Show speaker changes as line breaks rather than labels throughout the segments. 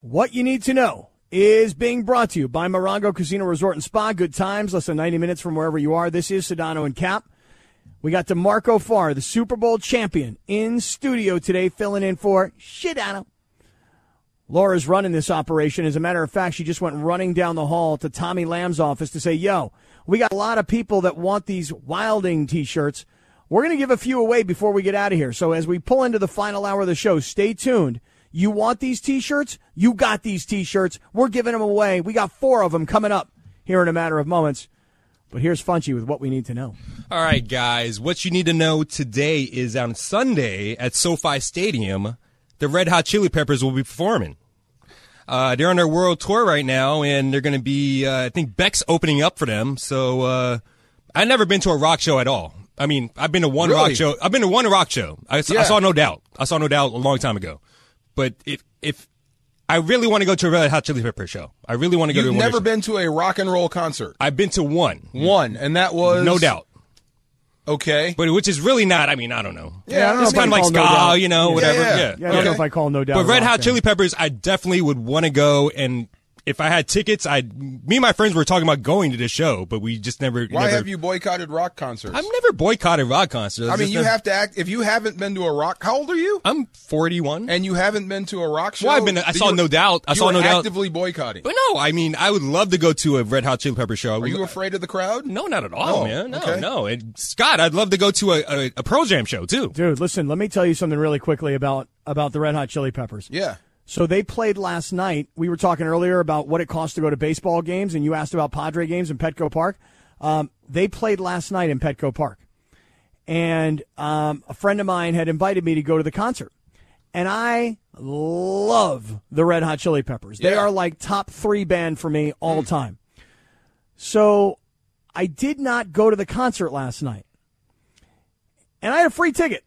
What you need to know is being brought to you by Morongo Casino Resort and Spa. Good times, less than 90 minutes from wherever you are. This is Sedano and Cap. We got DeMarco Farr, the Super Bowl champion, in studio today, filling in for Sedano. Laura's running this operation. As a matter of fact, she just went running down the hall to Tommy Lamb's office to say, Yo, we got a lot of people that want these Wilding t shirts. We're going to give a few away before we get out of here. So as we pull into the final hour of the show, stay tuned. You want these t shirts? You got these t shirts. We're giving them away. We got four of them coming up here in a matter of moments. But here's Funchy with what we need to know.
All right, guys, what you need to know today is on Sunday at SoFi Stadium, the Red Hot Chili Peppers will be performing. Uh, they're on their world tour right now, and they're going to be, uh, I think Beck's opening up for them. So uh, I've never been to a rock show at all. I mean, I've been to one rock
Really?
show. I've been to one rock show. I, s- I
Yeah.
saw No Doubt. I saw No Doubt a long time ago. But if if I really want to go to a Red Hot Chili Peppers show, I really want to go to
You've
one. of their
never
shows.
been to a rock and roll concert.
I've been to one,
One, and that was
No Doubt.
Okay,
but which is really not. I mean, I don't know.
Yeah, I don't
it's
know if
kind of
I'd
like
call
ska,
No Doubt.
you know,
Yeah,
whatever. Yeah,
yeah.
Yeah, I don't know
Okay.
if I call No Doubt.
But
a
Red
rock
Hot
band.
Chili Peppers, I definitely would want to go. And if I had tickets, I, me and my friends were talking about going to the show, but we just never.
why
never-
have you boycotted rock concerts?
I've never boycotted rock concerts.
I mean,
Just
you
never-
have to act. If you haven't been to a rock, how old are you?
I'm 41.
And you haven't been to a rock show.
Well, I've been to- I
that
saw
you-
No Doubt. I
you
saw
were
No Doubt.
Actively boycotting.
but no, I mean, I would love to go to a Red Hot Chili Peppers show.
Are you afraid of the crowd?
No, not at all,
Oh,
man. No,
okay.
no. And Scott, I'd love to go to a, a, a Pearl Jam show too.
Dude, listen, let me tell you something really quickly about about the Red Hot Chili Peppers.
Yeah.
So they played last night. We were talking earlier about what it costs to go to baseball games, and you asked about Padre games in Petco Park. Um, they played last night in Petco Park, and um, a friend of mine had invited me to go to the concert, and I love the Red Hot Chili Peppers. They
Yeah.
are like top three band for me all time. So I did not go to the concert last night, and I had a free ticket.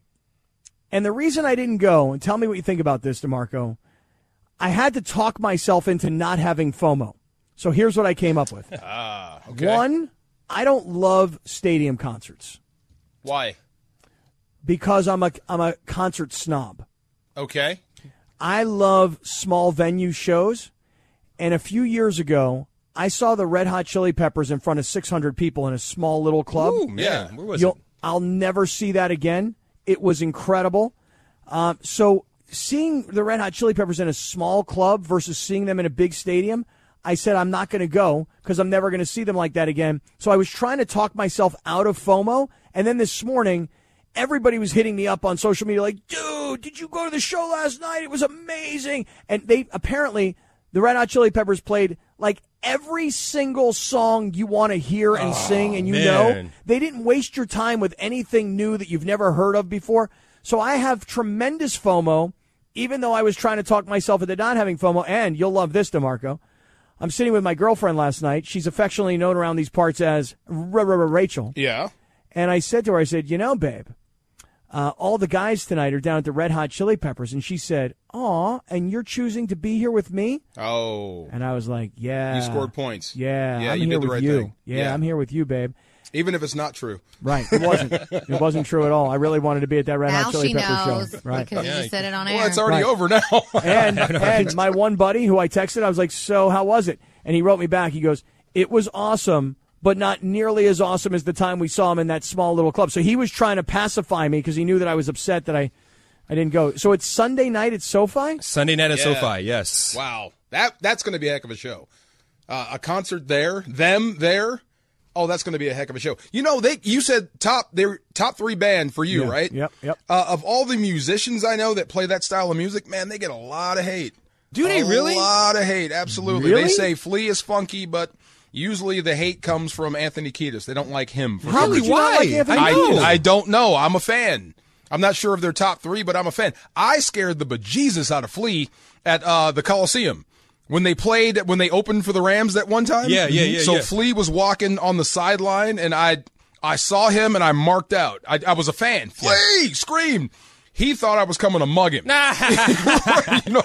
And the reason I didn't go, and tell me what you think about this, DeMarco, I had to talk myself into not having FOMO. So here's what I came up with. One, I don't love stadium concerts
Why?
because I'm a I'm a concert snob.
Okay.
I love small venue shows. And a few years ago, I saw the Red Hot Chili Peppers in front of 600 people in a small little club.
Ooh, man,
Yeah.
where was it?
You'll, I'll never see that again. It was incredible. Um, so seeing the Red Hot Chili Peppers in a small club versus seeing them in a big stadium, I said I'm not going to go because I'm never going to see them like that again. So I was trying to talk myself out of FOMO, and then this morning. Everybody was hitting me up on social media like, dude, did you go to the show last night? It was amazing. And they apparently, the Red Hot Chili Peppers played like every single song you want to hear and sing and you know.
man.
They didn't waste your time with anything new that you've never heard of before. So I have tremendous FOMO, even though I was trying to talk myself into not having FOMO. And you'll love this, DeMarco. I'm sitting with my girlfriend last night. She's affectionately known around these parts as Rachel.
Yeah.
And I said to her, I said, you know, babe, uh, all the guys tonight are down at the Red Hot Chili Peppers. And she said, aw, and you're choosing to be here with me?
Oh.
And I was like, yeah.
You scored points.
Yeah,
Yeah,
I'm
you
here
did the
with
right
you.
thing.
Yeah,
Yeah.
I'm here with you, babe.
Even if it's not true.
Right. It wasn't. it wasn't true at all. I really wanted to be at that Red
now
Hot Chili
she
Pepper
knows
show. Right.
because you
Yeah.
just said it on air.
Well, it's already
Right.
over now.
And, and my one buddy who I texted, I was like, "So how was it?" And he wrote me back. He goes, "It was awesome, but not nearly as awesome as the time we saw him in that small little club." So he was trying to pacify me because he knew that I was upset that I, I didn't go. So it's Sunday night at SoFi.
Sunday night at
Yeah.
SoFi. Yes.
wow. That that's going to be a heck of a show. Uh, a concert there, them there. Oh, that's going to be a heck of a show. You know, they you said top their top three band for you, right?
Yep. Yep.
Uh, of all the musicians I know that play that style of music, man, they get a lot of hate.
Do they
a
really?
A lot of hate, absolutely. They
Really?
say Flea is funky, but usually the hate comes from Anthony Kiedis. They don't like him. For
Probably
some reason.
you not
why?
like Anthony
I,
Kiedis?
know.
I don't know. I'm a fan. I'm not sure if they're top three, but I'm a fan. I scared the bejesus out of Flea at uh, the Coliseum when they played when they opened for the Rams that one time. Mhm.
Yeah, yeah, yeah,
So
yeah.
Flea was walking on the sideline, and I I saw him, and I marked out. I, I was a fan. Flea screamed. He thought I was coming to mug him. you know,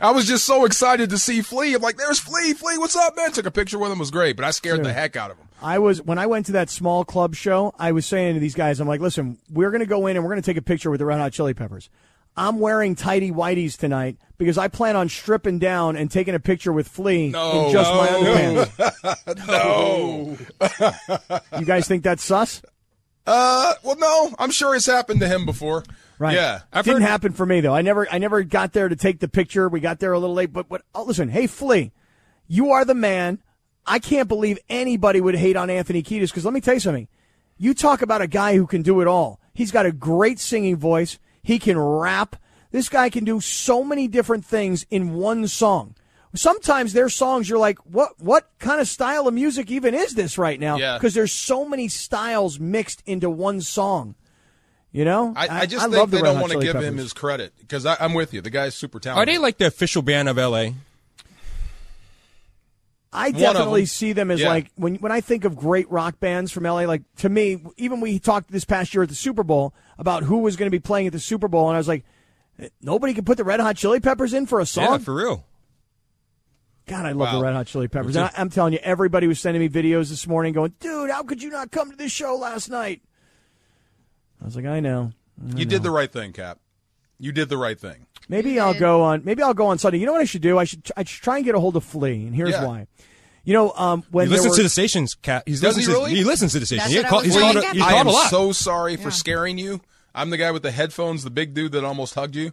I was just so excited to see Flea. I'm like, "There's Flea, Flea, what's up, man?" Took a picture with him. It was great, but I scared the heck out of him.
I was when I went to that small club show. I was saying to these guys, I'm like, listen, we're going to go in and we're going to take a picture with the Red Hot Chili Peppers. I'm wearing tidy whiteys tonight because I plan on stripping down and taking a picture with Flea in just my underpants.
no.
You guys think that's sus?
Uh, well, no. I'm sure it's happened to him before.
Right.
Yeah. I've
Didn't
heard-
happen for me though. I never I never got there to take the picture. We got there a little late, but what oh, listen, hey Flea, you are the man. I can't believe anybody would hate on Anthony Kiedis cuz let me tell you something. You talk about a guy who can do it all. He's got a great singing voice. He can rap. This guy can do so many different things in one song. Sometimes their songs you're like, "What what kind of style of music even is this right now?"
Yeah.
Cuz there's so many styles mixed into one song. You know,
I, I just think
love the
they
Red
don't
Hot
want to
Chili
give him
Peppers.
his credit because I'm with you. The guy's super talented.
Are they like the official band of LA?
I
of 'em.
definitely see them as
Yeah.
like when when I think of great rock bands from LA. Like to me, even we talked this past year at the Super Bowl about who was going to be playing at the Super Bowl, and I was like, "Eh, nobody can put the Red Hot Chili Peppers in for a song.
Yeah, for real.
God, I love
Wow.
the Red Hot Chili Peppers. And I, I'm telling you, everybody was sending me videos this morning, going, "Dude, how could you not come to this show last night?" I was like, "I know."
You did the right thing, Cap. You did the right thing.
Maybe I'll go on. Maybe I'll go on Sunday. You know what I should do? I should. I should try and get a hold of Flea, and here's
Yeah.
why. You know, um, when
He
there
listens
were-
to the stations, Cat. He
Does
listens
he
to-
really?
He listens to the station.
That's
He
what I
called,
was
he's called,
thinking.
a- he's
I
I
called
am
a lot.
so sorry for scaring you. I'm the guy with the headphones, the big dude that almost hugged you.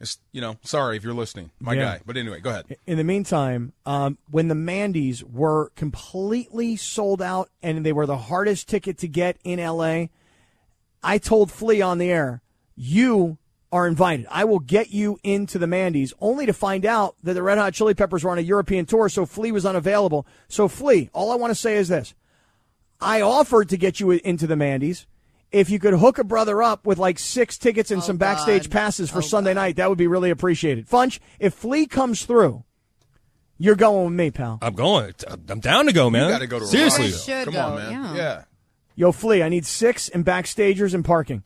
It's, you know, sorry if you're listening, my
Yeah.
guy. But anyway, go ahead.
In the meantime, um, when the Mandy's were completely sold out and they were the hardest ticket to get in LA, I told Flea on the air, you are invited. I will get you into the Mandy's, only to find out that the Red Hot Chili Peppers were on a European tour, so Flea was unavailable. So, Flea, all I want to say is this I offered to get you into the Mandy's. If you could hook a brother up with like six tickets and some backstage passes for Sunday night, that would be really appreciated. Funch, if Flea comes through, you're going with me, pal.
I'm going. I'm down to go, man.
You got to go to
Seriously.
Rock.
Rosario.
should
Come
go,
on, man.
yeah.
Yo, Flea, I need six and backstagers and parking.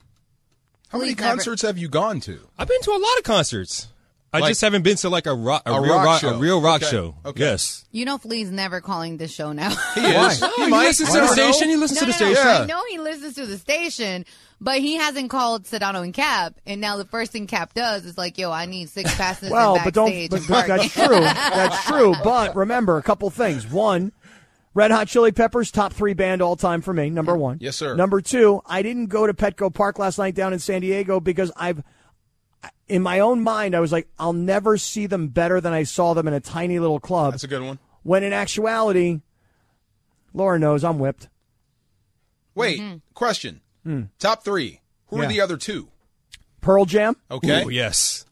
How many
Please never-
concerts have you gone to?
I've been to a lot of concerts. I
Like-
just haven't been to like a, rock, a,
A
real
rock
rock,
show.
a real rock
Okay.
show.
Okay.
Yes.
You know, Flea's never calling this show now.
He is.
Oh,
He
he
might.
listens
I
to the
don't know.
station. He listens to the
no,
station.
Yeah.
I know he listens to the station, but he hasn't called Sedano and Cap. And now the first thing Cap does is like, "Yo, I need six passes
Well,
and
but don't.
backstage
But,
and
but
park."
that's true. That's true. But remember a couple things. One, Red Hot Chili Peppers, top three band all time for me. Number one.
Yes, sir.
Number two, I didn't go to Petco Park last night down in San Diego because I've, in my own mind, I was like, I'll never see them better than I saw them in a tiny little club.
That's a good one.
when in actuality, Laura knows I'm whipped.
Wait,
Mm-hmm.
question. Top three. Who
Hmm. Yeah.
are the other two?
Pearl Jam,
Okay.
Ooh, yes.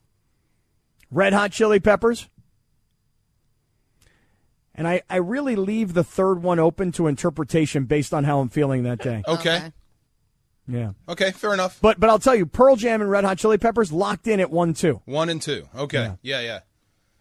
Red Hot Chili Peppers. And I, I really leave the third one open to interpretation based on how I'm feeling that day.
okay. Okay.
Yeah.
Fair enough.
But but I'll tell you, Pearl Jam and Red Hot Chili Peppers locked in at one two.
One and two. Okay. Yeah. Yeah.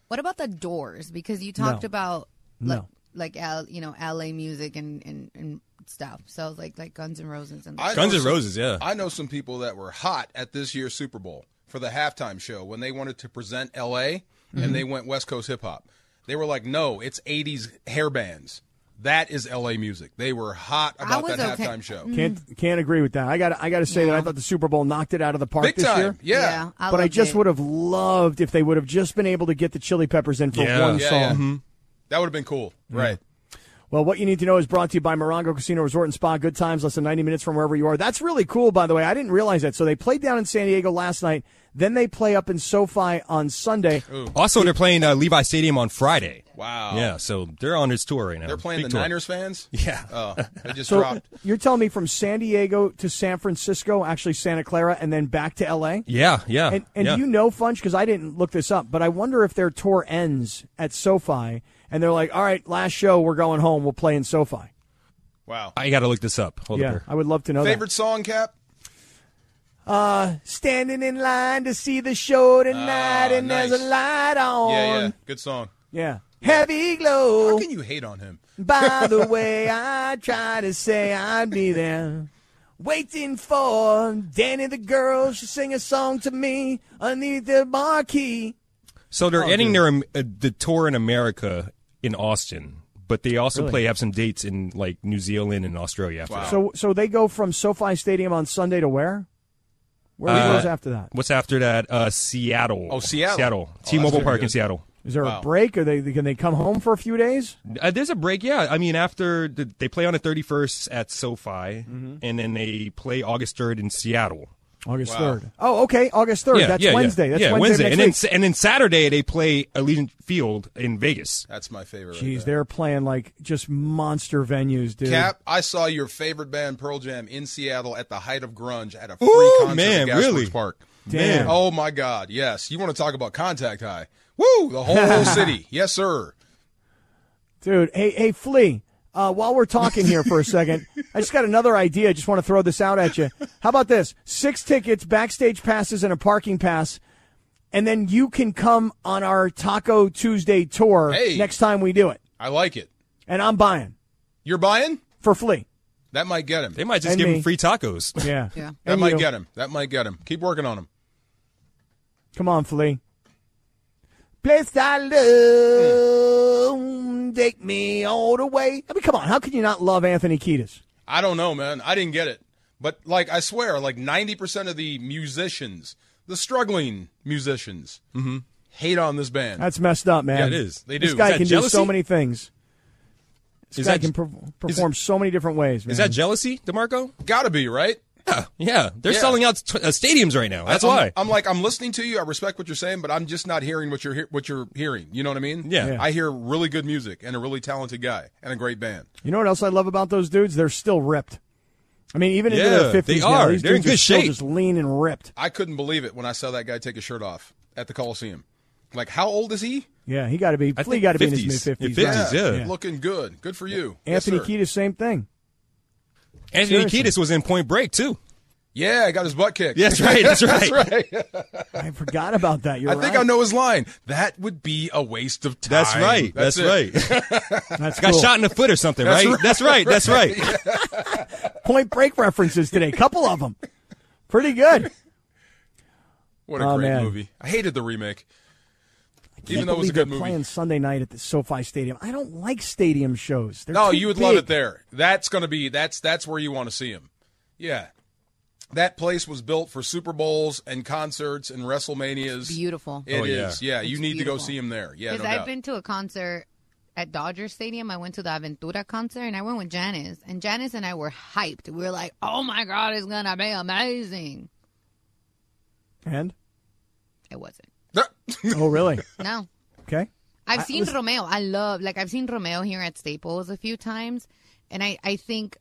What about the Doors? Because you talked
No.
about like,
No.
like L, you know, LA music and, and, and stuff. So like like Guns and Roses and
I
Guns
know
N'
some-
Roses, uh, yeah.
I know some people that were hot at this year's Super Bowl for the halftime show when they wanted to present L.A.
Mm-hmm.
and they went West Coast hip hop. They were like, "No, it's '80s hair bands. That is L.A. music." They were hot about
was
that
okay.
halftime show.
Mm-hmm.
Can't can't agree with that. I got I got to say that I thought the Super Bowl knocked it out of the park
Big
this
time.
year.
Yeah.
I
but I
loved
just
it.
would have loved if they would have just been able to get the Chili Peppers in for
Yeah.
one
Yeah,
song.
yeah. That would have been cool. Right.
Well, what you need to know is brought to you by Morongo Casino Resort and Spa. Good times, less than 90 minutes from wherever you are. That's really cool, by the way. I didn't realize that. So they played down in San Diego last night. Then they play up in SoFi on Sunday.
Also, they're playing uh, Levi Stadium on Friday.
Wow.
Yeah, so they're on his tour right now.
They're playing
Big
the
tour.
Niners fans?
Yeah.
Oh, they just
So
dropped.
you're telling me from San Diego to San Francisco, actually Santa Clara, and then back to LA?
Yeah, yeah.
And, and
yeah.
do you know Funch? Because I didn't look this up, but I wonder if their tour ends at SoFi and they're like, all right, last show, we're going home. We'll play in SoFi.
Wow.
I got to look this up. Hold
yeah,
up here.
I would love to know that.
Favorite song, Cap?
Standing in line to see the show tonight,
Ah,
and there's a
nice.
light on.
Yeah, yeah. Good song.
Yeah. Heavy
How
glow.
can you hate on him?
By the way, I try to say I'd be there. Waiting for Danny the girl. She sing a song to me underneath the marquee.
So
Oh,
they're ending their um, uh, the tour in America in Austin, but they also play have some dates in like New Zealand and Australia after that.
So, so they go from SoFi Stadium on Sunday to where? Where
Uh,
goes after that?
What's after that? Uh, Seattle.
Oh, Seattle.
Seattle.
Oh,
T-Mobile Park
that's pretty
in
good.
Seattle.
Is there
wow.
a break? Or they can they come home for a few days?
Uh, there's a break, yeah. I mean, after the, they play on the 31st at SoFi,
Mm-hmm.
and then they play August 3rd in Seattle.
August
Wow.
third. Oh, okay, August third.
yeah,
That's
yeah, yeah.
Wednesday. That's
yeah,
Wednesday.
and
next
then
week.
s- and then Saturday they play Allegiant Field in Vegas.
That's my favorite. right
Jeez,
there.
they're playing like just monster venues, dude.
Cap, I saw your favorite band Pearl Jam in Seattle at the height of grunge at a free
Ooh,
concert
man,
at Gasworks
really?
Park.
Damn.
Oh my God! Yes, you want to talk about contact high? Woo! The whole city. Yes, sir.
Dude, hey, hey, Flea. Uh, while we're talking here for a second, I just got another idea. I just want to throw this out at you. How about this? Six tickets, backstage passes, and a parking pass, and then you can come on our Taco Tuesday tour
Hey.
next time we do it.
I like it.
And I'm buying
You're buying?
for Flea.
That might get him.
They might just
And
give
me.
them free tacos.
Yeah,
Yeah.
That
And
might
you.
get him. That might get him. Keep working on him.
Come on, Flea. Place I love, take me all the way. I mean, come on. How can you not love Anthony Kiedis?
I don't know, man. I didn't get it. But like I swear, like ninety percent of the musicians, the struggling musicians, hate on this band.
That's messed up, man.
Yeah, it is.
They
This
do.
guy
Is that
can do so
jealousy?
many things. This
Is
guy
that-
can per- perform so many different ways, man.
Is that jealousy, Demarco?
Gotta be right.
Yeah, yeah. They're
Yeah.
selling out t- uh, stadiums right now. That's
I'm,
why.
I'm like I'm listening to you. I respect what you're saying, but I'm just not hearing what you're hear what you're hearing. You know what I mean?
Yeah. Yeah.
I hear really good music and a really talented guy and a great band.
you know what else I love about those dudes? They're still ripped. I mean, even into
Yeah,
their fifties,
they are.
These
They're in
dudes are
good
still
shape.
just lean and ripped.
I couldn't believe it when I saw that guy take his shirt off at the Coliseum. Like, how old is he?
Yeah, he got to be.
I
Flea
think
got to be in his mid
50s. Yeah,
fifties.
50s, yeah.
looking good. Good for you,
Anthony
yes, sir.
Kiedis, same thing.
Anthony
seriously.
Kiedis was in Point Break too.
Yeah, I got his butt kicked.
Yeah, that's right. That's right.
I forgot about that. You're
I think
right.
I know his line. That would be a waste of time.
That's right. That's,
it.
right.
That's
Got
cool.
shot in the foot or something, right? That's right. That's right.
Point Break references today. Couple of them. Pretty good.
What a
Oh,
great
man.
movie. I hated the remake.
Can't
Even though it was
believe
a
they're
good movie.
Playing Sunday night at the SoFi Stadium. I don't like stadium shows. They're
No,
too
you would love
big.
it there. That's going to be that's that's where you want to see him. Yeah. That place was built for Super Bowls and concerts and WrestleManias.
Beautiful.
It
Oh, yeah.
is. yeah. you
It's
need to go
beautiful.
see him there. Yeah,
Because
no
I've
doubt.
been to a concert at Dodger Stadium. I went to the Aventura concert and I went with Janice. And Janice and I were hyped. We were like, oh my God, it's going to be amazing.
And
It wasn't.
oh, really?
No.
Okay.
I've seen Romeo. I love, like, I've seen Romeo here at Staples a few times. And I, I think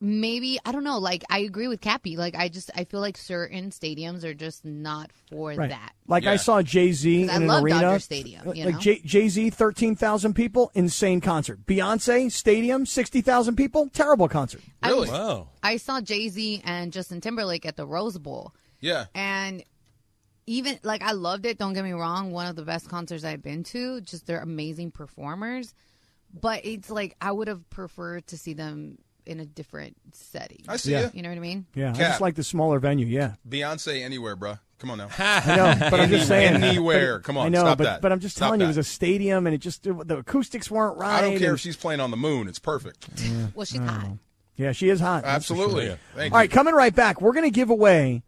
maybe, I don't know, like, I agree with Cappy. Like, I just, I feel like certain stadiums are just not for
Right.
that.
Like I
Yeah.
saw Jay Z in
'Cause I
an
love
arena.
Dodger Stadium, you
like
know?
Jay Z, thirteen thousand people, insane concert. Beyonce stadium, sixty thousand people, terrible concert.
Really?
Wow.
I saw Jay Z and Justin Timberlake at the Rose Bowl.
yeah.
and even like I loved it. Don't get me wrong, one of the best concerts I've been to. Just they're amazing performers, but it's like I would have preferred to see them in a different setting.
I see
Yeah.
ya.
You know what I mean?
Yeah, I
Cap.
just like the smaller venue. Yeah,
Beyonce anywhere, bruh. Come on now.
I know, but I'm just saying
Anywhere.
but-
Come on,
I know,
stop
but
that.
but I'm just
Stop
telling you, it
that.
was a stadium, and it just the acoustics weren't right.
I don't care
and-
if she's playing on the moon. It's perfect.
Well, she's hot.
yeah, she is hot. that's for sure.
Absolutely. Thank
All
you.
right, coming right back, we're going to give away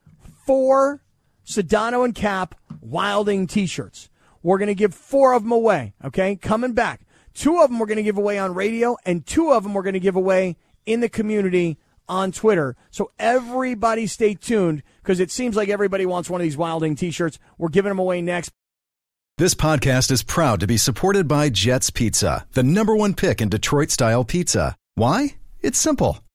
four Sedano and Cap Wilding T-shirts. We're going to give four of them away. Okay, coming back, two of them we're going to give away on radio, and two of them we're going to give away in the community on Twitter. So everybody, stay tuned because it seems like everybody wants one of these Wilding T-shirts. We're giving them away next.
This podcast is proud to be supported by Jets Pizza, the number one pick in Detroit style pizza. Why? It's simple.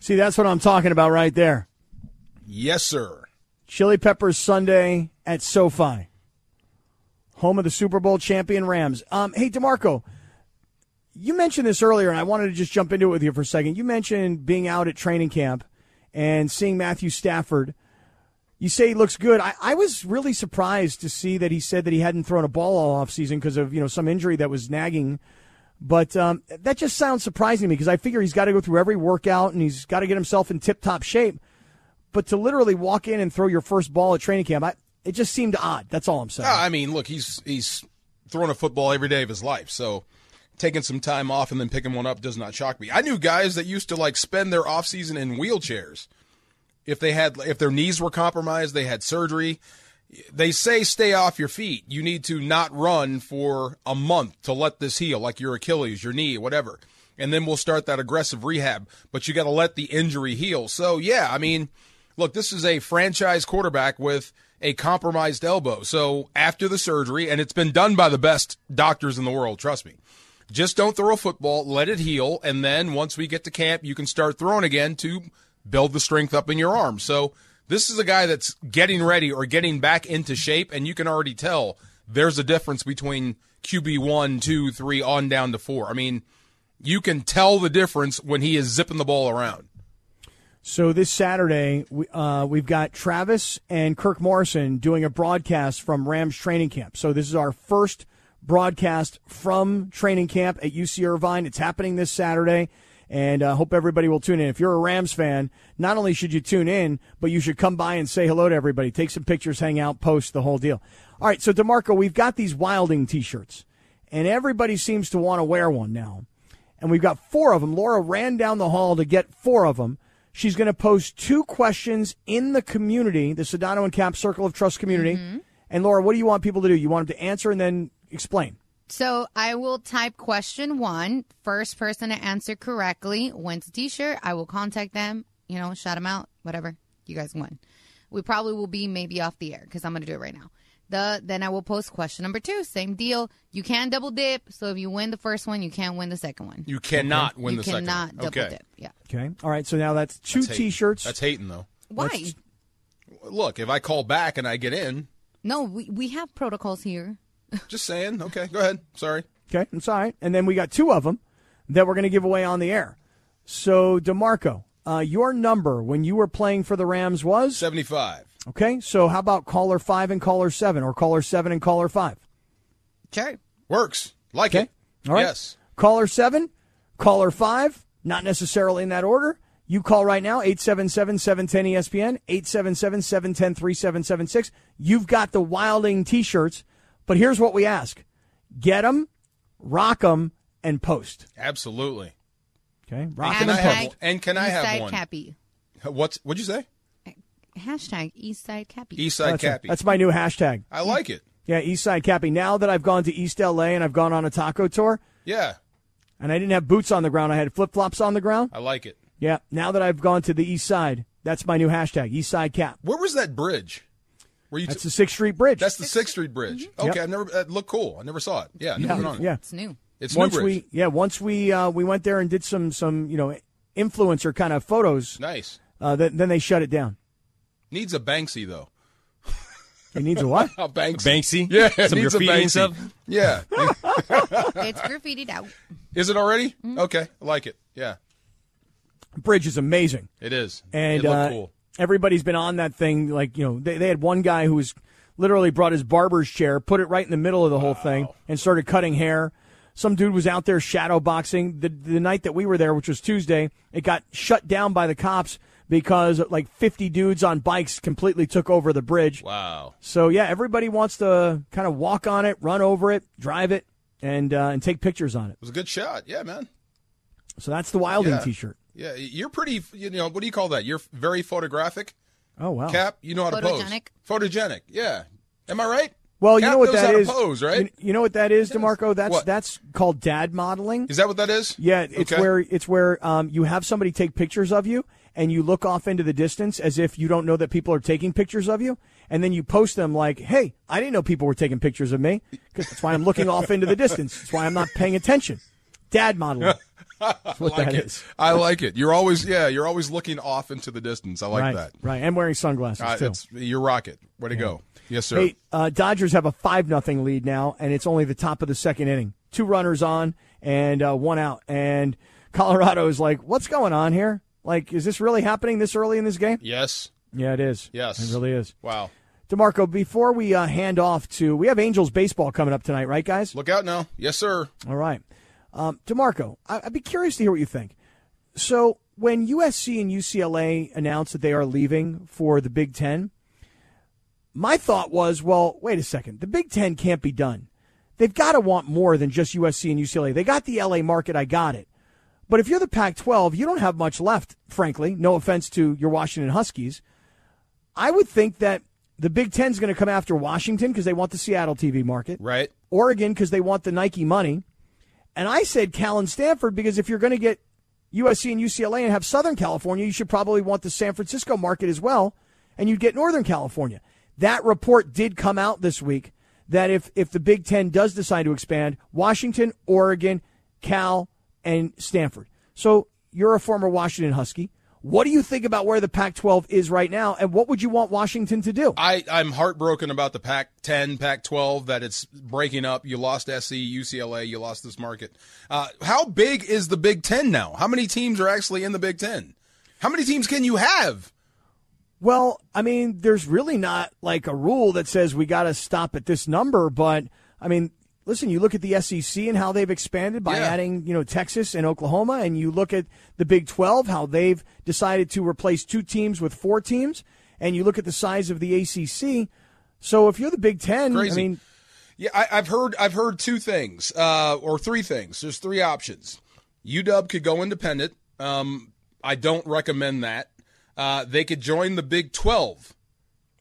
See, that's what I'm talking about right there.
Yes, sir.
Chili Peppers Sunday at SoFi, home of the Super Bowl champion Rams. Um, hey, DeMarco, you mentioned this earlier, and I wanted to just jump into it with you for a second. You mentioned being out at training camp and seeing Matthew Stafford. You say he looks good. I, I was really surprised to see that he said that he hadn't thrown a ball all offseason because of you know some injury that was nagging. But um, that just sounds surprising to me because I figure he's got to go through every workout and he's got to get himself in tip top shape but to literally walk in and throw your first ball at training camp, I, it just seemed odd. That's all I'm saying.
Yeah, I mean, look, he's he's throwing a football every day of his life, so taking some time off and then picking one up does not shock me. I knew guys that used to like spend their off season in wheelchairs. If they had if their knees were compromised, they had surgery. They say stay off your feet. You need to not run for a month to let this heal, like your Achilles, your knee, whatever. And then we'll start that aggressive rehab, but you got to let the injury heal. So, yeah, I mean, look, this is a franchise quarterback with a compromised elbow. So after the surgery, and it's been done by the best doctors in the world, trust me. Just don't throw a football, let it heal, and then once we get to camp, you can start throwing again to build the strength up in your arm. So this is a guy that's getting ready or getting back into shape, and you can already tell there's a difference between QB one, two, three, on down to four. I mean, you can tell the difference when he is zipping the ball around.
So this Saturday, we, uh, we've got Travis and Kirk Morrison doing a broadcast from Rams training camp. So this is our first broadcast from training camp at UC Irvine. It's happening this Saturday, and uh, hope everybody will tune in. If you're a Rams fan, not only should you tune in, but you should come by and say hello to everybody. Take some pictures, hang out, post the whole deal. All right, so Demarco, we've got these Wilding T-shirts, and everybody seems to want to wear one now and we've got four of them. Laura ran down the hall to get four of them. She's going to post two questions in the community, the Sedano and Cap Circle of Trust community.
Mm-hmm.
And Laura, what do you want people to do? You want them to answer and then explain.
So I will type question one. First person to answer correctly wins a T-shirt. I will contact them. You know, shout them out. Whatever. You guys won. We probably will be maybe off the air because I'm going to do it right now. The then I will post question number two. Same deal. You can double dip. So if you win the first one, you can win the second one.
You cannot win
you
the second.
cannot
one.
double
okay.
dip. Yeah.
Okay. All right. So now that's two
That's hating.
T-shirts.
That's hating though.
Why?
Look, if I call back and I get in,
no, we, we have protocols here.
just saying. Okay, go ahead. Sorry.
Okay, that's all right. And then we got two of them that we're going to give away on the air. So, DeMarco, uh, your number when you were playing for the Rams was?
75.
Okay, so how about caller five and caller seven, or caller seven and caller five?
Sure.
Works. Like
Okay.
it.
All right.
Yes.
Caller seven, caller five, not necessarily in that order. You call right now, 877 710 ESPN, 877 710 3776. You've got the Wilding t shirts, but here's what we ask get them, rock them, and post.
Absolutely.
Okay, rock 'em and
Ah, Can I
post.
have one? And can I have
Eastside
one?
Cappy.
What's what'd you say?
Hashtag Eastside Cappy.
Eastside
That's, it.
Cappy.
That's my new hashtag.
I like it.
Yeah, Eastside Cappy. Now that I've gone to East LA and I've gone on a taco tour
Yeah,
and I didn't have boots on the ground, I had flip flops on the ground.
I like it.
Yeah, now that I've gone to the East Side, that's my new hashtag, Eastside Cap.
Where was that bridge? Where you?
That's
That's,
the Sixth Street Bridge.
that's the Sixth Street Bridge. Okay,
Yep.
I've never. That looked cool. I never saw it. Yeah, I've never been
yeah,
on it.
yeah.
It's new.
it's
Once
new bridge.
we yeah, once we uh, we went there and did some some you know influencer kind of photos,
nice.
uh, th- then they shut it down.
Needs a Banksy though.
It needs a what?
A Banksy.
Banksy?
Yeah,
Some
needs a
graffiti and
Banksy.
stuff?
Yeah.
It's graffitied out.
is it already? Okay, I like it. Yeah,
Bridge is amazing.
it is.
and
it looked
uh,
cool.
everybody's been on that thing. Like you know, they, they had one guy who was literally brought his barber's chair, put it right in the middle of the whole thing, and started cutting hair. Some dude was out there shadow boxing the the night that we were there, which was Tuesday. It got shut down by the cops because like 50 dudes on bikes completely took over the bridge.
Wow.
So yeah, everybody wants to kind of walk on it, run over it, drive it, and uh, and take pictures on it.
It was a good shot. Yeah, man.
So that's the Wilding
Yeah.
T-shirt.
Yeah, you're pretty. You know, what do you call that? You're very photographic.
Oh wow.
Cap, you know how to pose.
Photogenic.
Photogenic. Yeah. Am I right?
Well, you
Cap
know what
knows
that
how to
is.
pose, right?
You, you know what that is, Demarco. That's
What?
that's called dad modeling.
Is that what that is?
Yeah, it's
Okay.
where it's where um, you have somebody take pictures of you, and you look off into the distance as if you don't know that people are taking pictures of you, and then you post them like, "Hey, I didn't know people were taking pictures of me because that's why I'm looking off into the distance. That's why I'm not paying attention." Dad modeling. That's what
I like
that
it.
is.
I like it. You're always yeah. You're always looking off into the distance. I like
right,
that.
right, and wearing sunglasses
Uh,
too.
it's, you're rocket. Way to go. Yes, sir.
Hey, uh, Dodgers have a five nothing lead now, and it's only the top of the second inning. Two runners on and uh, one out, and Colorado is like, "What's going on here? Like, is this really happening this early in this game?"
Yes.
Yeah, it is.
Yes.
it really is.
Wow.
Demarco, before we uh, hand off to, we have Angels baseball coming up tonight, right, guys?
Look out now. Yes, sir.
All right, um, Demarco, I- I'd be curious to hear what you think. So, when USC and UCLA announced that they are leaving for the Big Ten, my thought was, well, wait a second, the Big Ten can't be done. They've got to want more than just USC and UCLA. They got the LA market, I got it. But if you're the Pac 12, you don't have much left, frankly. No offense to your Washington Huskies. I would think that the Big Ten's going to come after Washington because they want the Seattle TV market.
Right.
Oregon because they want the Nike money. And I said Cal and Stanford because if you're going to get USC and UCLA and have Southern California, you should probably want the San Francisco market as well, and you'd get Northern California. That report did come out this week that if, if the Big Ten does decide to expand, Washington, Oregon, Cal, and Stanford. So you're a former Washington Husky. What do you think about where the Pac 12 is right now, and what would you want Washington to do?
I, I'm heartbroken about the Pac 10, Pac 12 that it's breaking up. You lost E, SC, UCLA, you lost this market. Uh, how big is the Big Ten now? How many teams are actually in the Big Ten? How many teams can you have?
Well, I mean, there's really not like a rule that says we got to stop at this number, but I mean, listen, you look at the SEC and how they've expanded by
Yeah.
adding, you know, Texas and Oklahoma, and you look at the Big 12, how they've decided to replace two teams with four teams, and you look at the size of the ACC. So if you're the Big 10,
Crazy.
I mean,
Yeah, I, I've heard I've heard two things uh, or three things. There's three options. UW could go independent. Um, I don't recommend that. Uh, they could join the Big Twelve,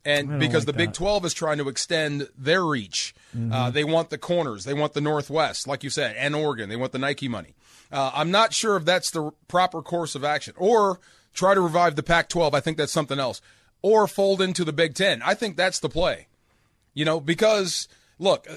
and because the Big Twelve is trying to extend their reach, uh, they want the corners, they want the Northwest, like you said, and Oregon. They want the Nike money. Uh, I'm not sure if that's the proper course of action, or try to revive the Pac-12. I think that's something else, or fold into the Big Ten. I think that's the play. You know, because look,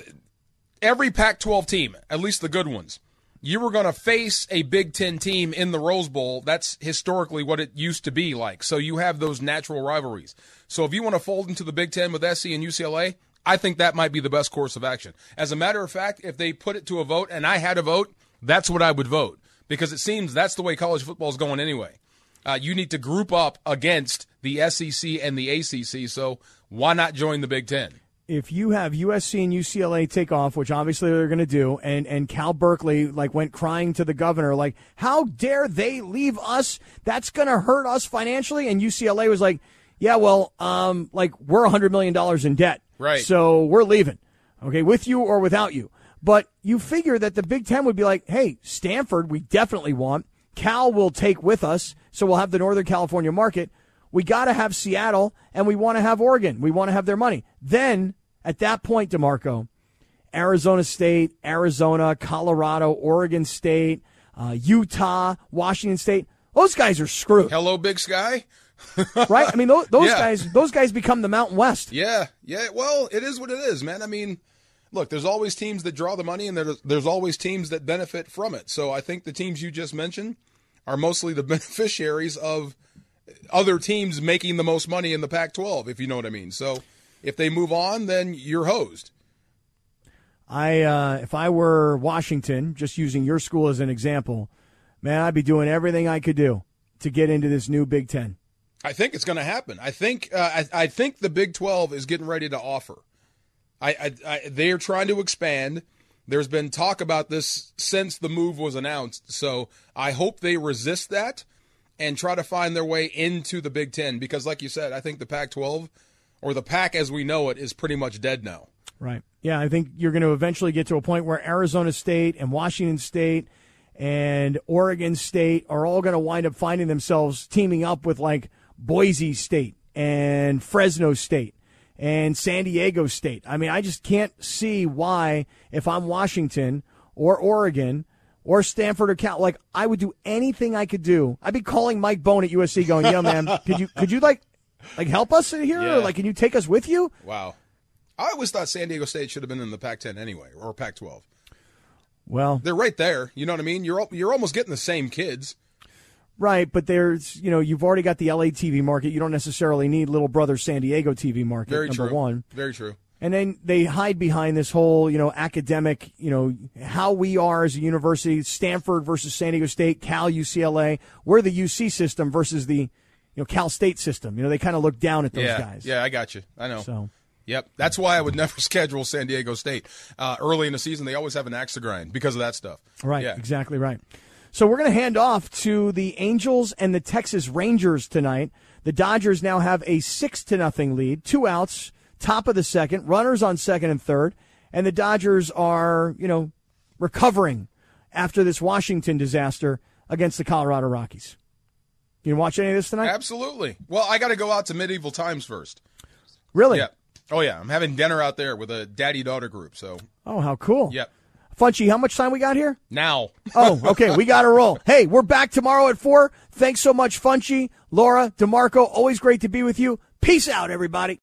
every Pac 12 team, at least the good ones, you were going to face a Big Ten team in the Rose Bowl. That's historically what it used to be like. So you have those natural rivalries. So if you want to fold into the Big Ten with SC and UCLA, I think that might be the best course of action. As a matter of fact, if they put it to a vote and I had a vote, that's what I would vote because it seems that's the way college football is going anyway. Uh, you need to group up against the SEC and the ACC. So why not join the Big Ten?
if you have USC and UCLA take off, which obviously they're going to do, and and Cal Berkeley like went crying to the governor, like how dare they leave us? That's going to hurt us financially. And UCLA was like, yeah, well, um, like we're hundred million dollars in debt,
Right.
So we're leaving, okay, with you or without you. But you figure that the Big Ten would be like, hey, Stanford, we definitely want. Cal will take with us, so we'll have the Northern California market. We got to have Seattle and we want to have Oregon. We want to have their money. Then at that point, DeMarco, Arizona State, Arizona, Colorado, Oregon State, uh, Utah, Washington State, those guys are screwed,
Hello, Big Sky.
right? I mean, those, those
Yeah.
guys, those guys become the Mountain West.
Yeah, yeah. Well, it is what it is, man. I mean, look, there's always teams that draw the money, and there's there's always teams that benefit from it. So I think the teams you just mentioned are mostly the beneficiaries of other teams making the most money in the Pac-12, if you know what I mean. So if they move on, then you're hosed.
I, uh, if I were Washington, just using your school as an example, man, I'd be doing everything I could do to get into this new Big Ten.
I think it's going to happen. I think uh, I, I think the Big Twelve is getting ready to offer. I, I, I they are trying to expand. There's been talk about this since the move was announced. So I hope they resist that and try to find their way into the Big Ten because, like you said, I think the Pac-12 or the Pac as we know it is pretty much dead now.
Right. Yeah, I think you're going to eventually get to a point where Arizona State and Washington State and Oregon State are all going to wind up finding themselves teaming up with like Boise State and Fresno State and San Diego State. I mean, I just can't see why if I'm Washington or Oregon or Stanford or Cal, like I would do anything I could do. I'd be calling Mike Bone at USC, going, "Yo, man, could you could you like like help us in here?
Yeah.
Or, like, can you take us with you?"
Wow. I always thought San Diego State should have been in the Pac-10 anyway, or Pac-12.
Well,
They're right there. You know what I mean? You're al- you're almost getting the same kids.
right, but there's you know you've already got the LA TV market. You don't necessarily need Little Brother San Diego TV market.
Very
number
true.
one.
Very true.
And then they hide behind this whole, you know, academic, you know, how we are as a university, Stanford versus San Diego State, Cal, UCLA. We're the UC system versus the, you know, Cal State system. You know, they kind of look down at those
yeah.
guys.
Yeah, I got you. I know.
So,
Yep. That's why I would never schedule San Diego State uh, early in the season. They always have an axe to grind because of that stuff.
right.
Yeah.
Exactly right. So we're going to hand off to the Angels and the Texas Rangers tonight. The Dodgers now have a six to nothing lead, two outs, top of the second, runners on second and third. And the Dodgers are, you know, recovering after this Washington disaster against the Colorado Rockies. You watch any of this tonight?
Absolutely. Well, I got to go out to medieval times first.
Really?
Yeah. Oh yeah, I'm having dinner out there with a daddy daughter group. So
Oh, how cool.
yep.
Funchy, how much time we got here?
Now.
Oh, okay. We got to roll. Hey, we're back tomorrow at four. Thanks so much, Funchy, Laura, DeMarco. Always great to be with you. Peace out, everybody.